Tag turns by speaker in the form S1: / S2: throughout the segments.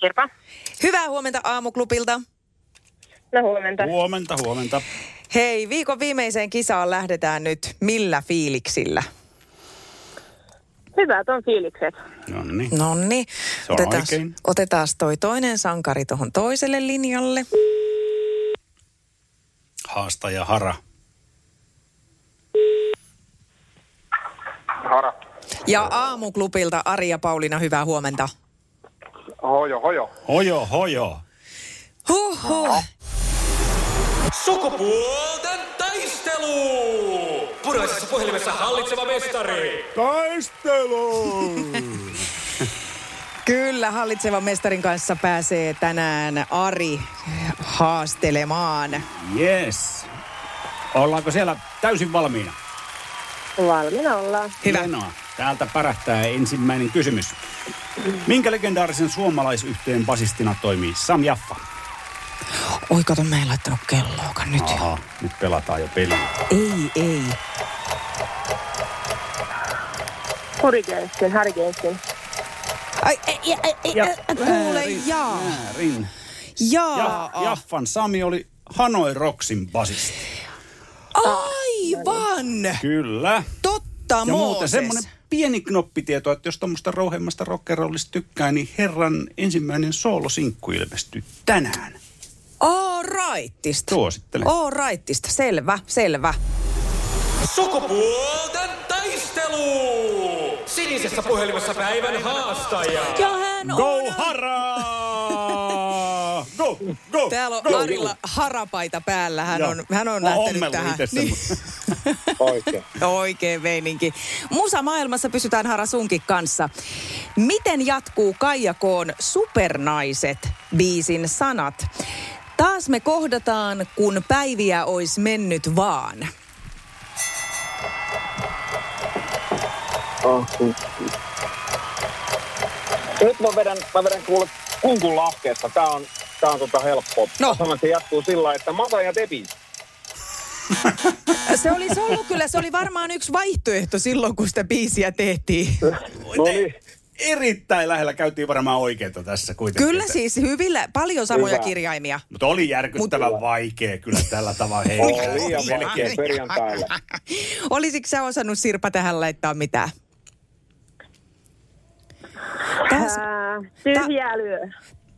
S1: Sirpa.
S2: Hyvää huomenta aamuklubilta.
S1: No huomenta.
S3: Huomenta, huomenta.
S2: Hei, viikon viimeiseen kisaan lähdetään nyt. Millä fiiliksillä?
S1: Hyvät on fiilikset.
S3: No niin.
S2: Nonni,
S3: Se on oikein.
S2: otetaan toi toinen sankari tuohon toiselle linjalle.
S3: Haastaja Hara.
S4: Hara.
S2: Ja aamuklubilta Ari ja Pauliina, hyvää huomenta.
S4: Hojo, hojo.
S3: Hojo, hojo.
S2: Huhhuh.
S5: Sukupuolten taistelu! Puraisessa puhelimessa hallitseva mestari.
S2: Kyllä, hallitsevan mestarin kanssa pääsee tänään Ari haastelemaan.
S3: Yes. Ollaanko siellä täysin valmiina?
S1: Valmiina ollaan.
S2: Hyvä.
S3: Hienoa. Täältä pärähtää ensimmäinen kysymys. Minkä legendaarisen suomalaisyhteen basistina toimii Sam Jaffa?
S2: Oi, kato, mä en laittanut kelloakaan nyt.
S3: Aha, nyt pelataan jo peliä.
S2: Ei, ei.
S1: Hurricanesin, Hurricanesin.
S2: Ai, ei, ei, ei,
S3: Ja-
S2: ei, kuule, jaa.
S3: Määrin. Ja,
S2: Jaa.
S3: Jaffan Sami oli Hanoi Rocksin basisti.
S2: Aivan!
S3: Kyllä.
S2: Totta,
S3: Ja muuten
S2: Mooses.
S3: semmoinen pieni knoppitieto, että jos tuommoista rouhemmasta rockerollista tykkää, niin herran ensimmäinen soolosinkku ilmestyy tänään.
S2: All rightista.
S3: Suosittelen.
S2: All rightista. Selvä, selvä.
S5: Sukupuolten taistelu! Sinisessä puhelimessa päivän haastaja.
S2: Ja hän on...
S3: Go Hara! Go, go,
S2: Täällä
S3: go,
S2: on Arilla harapaita päällä. Hän
S3: Joo.
S2: on, hän on
S3: Mä oon
S2: lähtenyt
S3: ommellut
S2: tähän. Niin.
S3: itse sen.
S4: Oikein.
S2: Oikein meininki. Musa maailmassa pysytään Hara sunkin kanssa. Miten jatkuu Kaijakoon Supernaiset biisin sanat? Taas me kohdataan, kun päiviä ois mennyt vaan.
S4: Oh. Nyt mä vedän, mä vedän kuule kunkun lahkeesta. Tää on, tää on tota helppoa.
S2: No.
S4: Mä sanon, että se jatkuu sillä lailla, että Mata ja Debi.
S2: Se olisi ollut kyllä, se oli varmaan yksi vaihtoehto silloin, kun sitä biisiä tehtiin.
S3: No
S4: No
S3: niin.
S4: niin.
S3: Erittäin lähellä käytiin varmaan oikeita tässä kuitenkin.
S2: Kyllä
S3: Että-
S2: siis hyvillä, paljon samoja
S4: Hyvä.
S2: kirjaimia.
S3: Mutta oli järkyttävän vaikea kyllä tällä tavalla. Hei,
S4: Oli liian
S2: Oli.
S4: vaikea perjantaille.
S2: Olisitko sä osannut Sirpa tähän laittaa mitään? Taas,
S1: Ää, tyhjää lyö.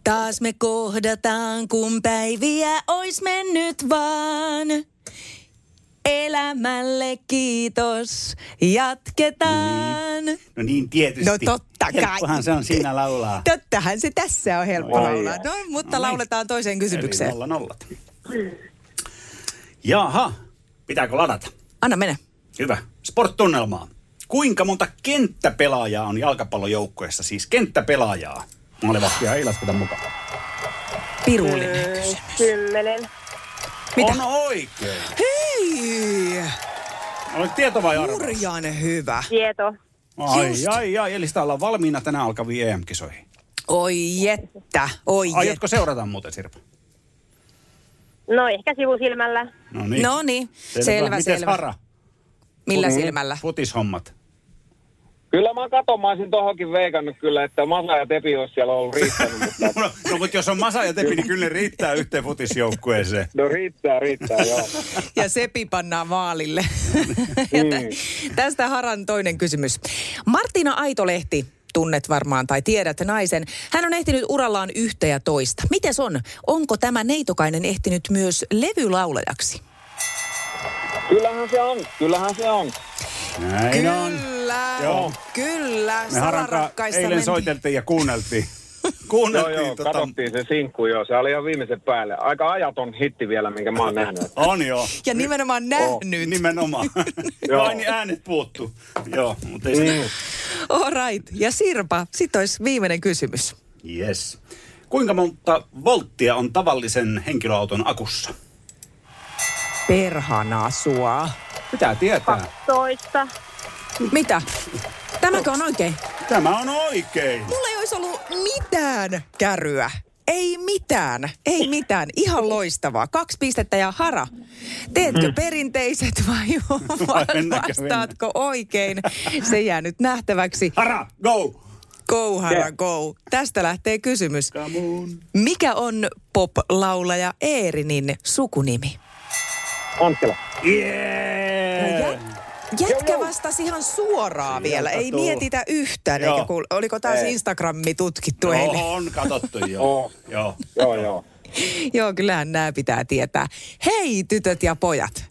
S2: taas me kohdataan, kun päiviä ois mennyt vaan. Elämälle kiitos, jatketaan.
S3: No niin, tietysti.
S2: No totta kai.
S3: Helppohan se on siinä laulaa.
S2: Tottahan se tässä on helppo
S3: Oi.
S2: laulaa. No, mutta lauletaan toiseen
S3: Eli
S2: kysymykseen.
S3: nolla nollat. Jaha, pitääkö ladata?
S2: Anna mennä.
S3: Hyvä. Sporttunnelmaa. Kuinka monta kenttäpelaajaa on jalkapallojoukkueessa? Siis kenttäpelaajaa. Maalivahtia ei lasketa mukaan.
S2: Pirullinen
S1: Mm,
S2: kysymys.
S1: Kymmenen.
S2: Mitä?
S3: On oikein.
S2: Hei!
S3: Olet tieto vai arvo?
S2: Hurjan hyvä.
S1: Tieto.
S3: Ai,
S2: Just.
S3: ai, ai. Eli sitä ollaan valmiina tänään alkaviin EM-kisoihin.
S2: Oi jettä, oi jettä.
S3: Aiotko seurata muuten, Sirpa?
S1: No ehkä sivusilmällä.
S3: No niin.
S2: No niin, selvä,
S3: Mites
S2: selvä.
S3: Hara?
S2: Millä
S3: Niin.
S2: silmällä?
S3: Futishommat.
S4: Kyllä mä katon, mä olisin tohonkin veikannut kyllä, että Masa ja Debi olisi siellä ollut riittänyt. mutta-
S3: No, no mutta jos on Masa ja Tepi, niin kyllä ne riittää yhteen futisjoukkueeseen.
S4: No riittää, riittää, joo.
S2: Ja sepi pannaan maalille. ja tä-
S3: Niin.
S2: tästä Haran toinen kysymys. Martina Aitolehti, tunnet varmaan tai tiedät naisen. Hän on ehtinyt urallaan yhtä ja toista. Mites on? Onko tämä neitokainen ehtinyt myös levylaulajaksi?
S4: Kyllähän se on, kyllähän se on.
S3: Näin on.
S2: Kyllä,
S3: Joo.
S2: kyllä.
S3: Me Haranka
S2: salarakkaista
S3: eilen
S2: mentiin.
S3: soiteltiin ja kuunneltiin. Kuunneltiin
S4: joo, joo,
S3: tota-
S4: katsottiin se sinkku, joo. Se oli ihan viimeisen päälle. Aika ajaton hitti vielä, minkä mä oon nähnyt.
S3: On joo.
S2: Ja nimenomaan nähnyt.
S3: Nimenomaan.
S4: Joo.
S3: Ai niin äänet puuttu. Joo, mutta ei se-
S2: All right. Ja Sirpa, sit olisi viimeinen kysymys.
S3: Yes. Kuinka monta volttia on tavallisen henkilöauton akussa?
S2: Perhana sua.
S3: Pitää tietää.
S1: 12.
S2: Mitä? Tämäkö on oikein?
S3: Tämä on oikein.
S2: Mulla ei olisi ollut mitään käryä. Ei mitään, ei mitään. Ihan loistavaa. Kaksi pistettä ja hara. Teetkö perinteiset vai
S3: Mm. mennäkö,
S2: vastaatko oikein? Se jää nyt nähtäväksi.
S3: Hara, go!
S2: Go, hara, go. Tästä lähtee kysymys. Mikä on pop-laulaja Eerinin sukunimi?
S4: Anttila.
S3: Yeah!
S2: Jä- Jätkä vastasi ihan suoraan vielä. Ei
S3: tullut.
S2: mietitä yhtään.
S3: Joo.
S2: Eikä kuul... Oliko taas
S4: Ei.
S2: Instagrammi tutkittu eilen?
S3: Joo, on katsottu jo.
S4: Oo.
S3: Joo.
S4: Joo, joo.
S2: Joo, kyllähän nämä pitää tietää. Hei tytöt ja pojat.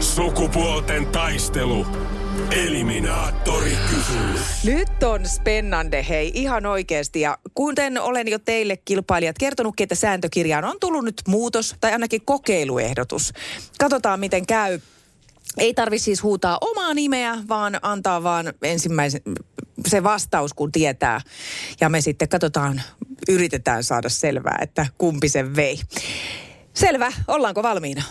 S5: Sukupuolten taistelu. Eliminaattori kysymys.
S2: Nyt on spennande, hei, ihan oikeasti. Ja kuten olen jo teille kilpailijat kertonutkin, että sääntökirjaan on tullut nyt muutos tai ainakin kokeiluehdotus. Katsotaan, miten käy. Ei tarvi siis huutaa omaa nimeä, vaan antaa vaan ensimmäisen se vastaus, kun tietää. Ja me sitten katsotaan, yritetään saada selvää, että kumpi sen vei. Selvä, ollaanko valmiina?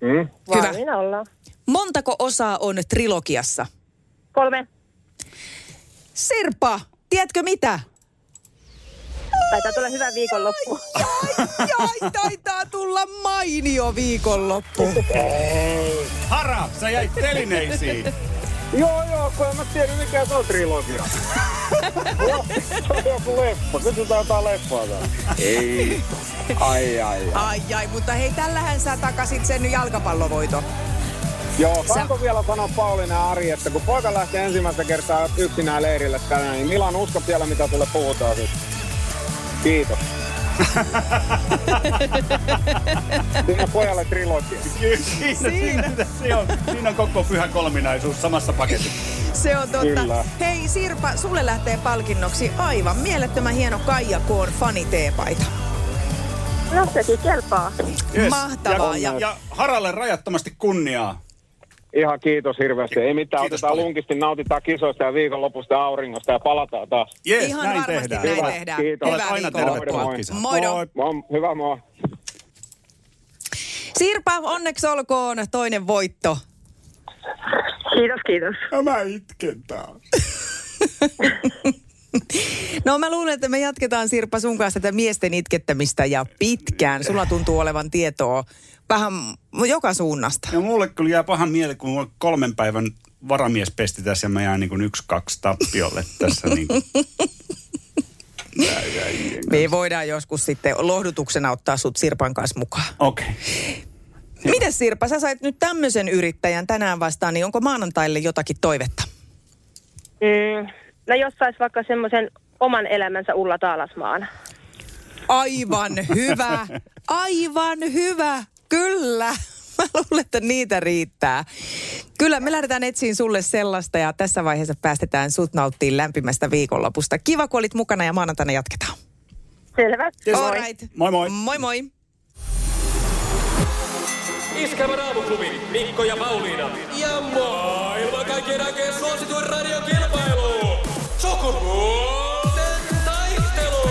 S4: Mm.
S2: Hyvä.
S1: Valmiina ollaan.
S2: Montako osaa on trilogiassa?
S1: Kolme.
S2: Sirpa, tiedätkö mitä?
S1: Taitaa tulla hyvä viikonloppu.
S2: Ai, ai, taitaa tulla mainio viikonloppu.
S3: Hara, sä jäit telineisiin.
S4: Joo, joo, kun en mä tiedä mikä se on trilogia. Joo, se on joku leffa. Kysytään jotain leffaa täällä. Ei. Ai, ai, ai.
S2: Ai, ai, mutta hei, tällähän sä takasit sen jalkapallovoito.
S4: Joo, saanko vielä sanoa Pauliina ja Ari, että kun poika lähti ensimmäistä kertaa yksinään leirille tänään, niin Milan uskot vielä, mitä tulee puhutaan sitten. Kiitos. Siinä pojalle trilogia.
S3: Kyllä, siinä, siinä, siinä, on, siinä on koko pyhä kolminaisuus samassa paketissa.
S2: Se on totta.
S4: Kyllä.
S2: Hei Sirpa, sulle lähtee palkinnoksi aivan mielettömän hieno Kaija Koon faniteepaita.
S1: No sekin kelpaa.
S3: Yes.
S2: Mahtavaa. Ja,
S3: Ja, ja Haralle rajattomasti kunniaa.
S4: Ihan kiitos hirveästi. Ei mitään,
S3: Kiitos
S4: otetaan
S3: paljon.
S4: lunkisti, nautitaan kisoista ja viikonlopusta ja auringosta ja palataan taas.
S3: Yes,
S2: ihan
S3: näin
S2: varmasti
S3: tehdään.
S2: näin
S4: Hyvä.
S2: tehdään.
S4: Kiitos.
S3: Olet
S2: Hyvää
S3: aina
S2: viikonloppua.
S3: tervetuloa
S4: Moi.
S3: kisaan.
S2: Moido.
S4: Moi, hyvä moi.
S2: Sirpa, onneksi olkoon toinen voitto.
S1: Kiitos, kiitos.
S3: Mä itken taas.
S2: No mä luulen, että me jatketaan Sirpa sun kanssa tätä miesten itkettämistä ja pitkään. Sulla tuntuu olevan tietoa vähän joka suunnasta.
S3: Ja mulle kyllä jää paha mieli, kun mulla on kolmen päivän varamiespesti tässä ja mä jään niin kuin yksi kaksi tappiolle tässä. Niin kuin.
S2: Me voidaan joskus sitten lohdutuksena ottaa sut Sirpan kanssa mukaan.
S3: Okei.
S2: Miten Sirpa, sä sait nyt tämmöisen yrittäjän tänään vastaan, niin onko maanantaille jotakin toivetta?
S1: Mm. No jos sais vaikka semmoisen oman elämänsä Ulla Taalasmaan.
S2: Aivan hyvä, aivan hyvä, kyllä. Mä luulen, että niitä riittää. Kyllä, me lähdetään etsiin sulle sellaista ja tässä vaiheessa päästetään sut nauttiin lämpimästä viikonlopusta. Kiva, kun olit mukana ja maanantaina jatketaan.
S1: Selvä.
S2: All right.
S3: Moi moi.
S2: Moi moi.
S5: Iskävän aamuklubi Mikko ja Pauliina. Ja maailman kaikkien aikeen suosituen radiokilpailu. Sukupuolten taistelu.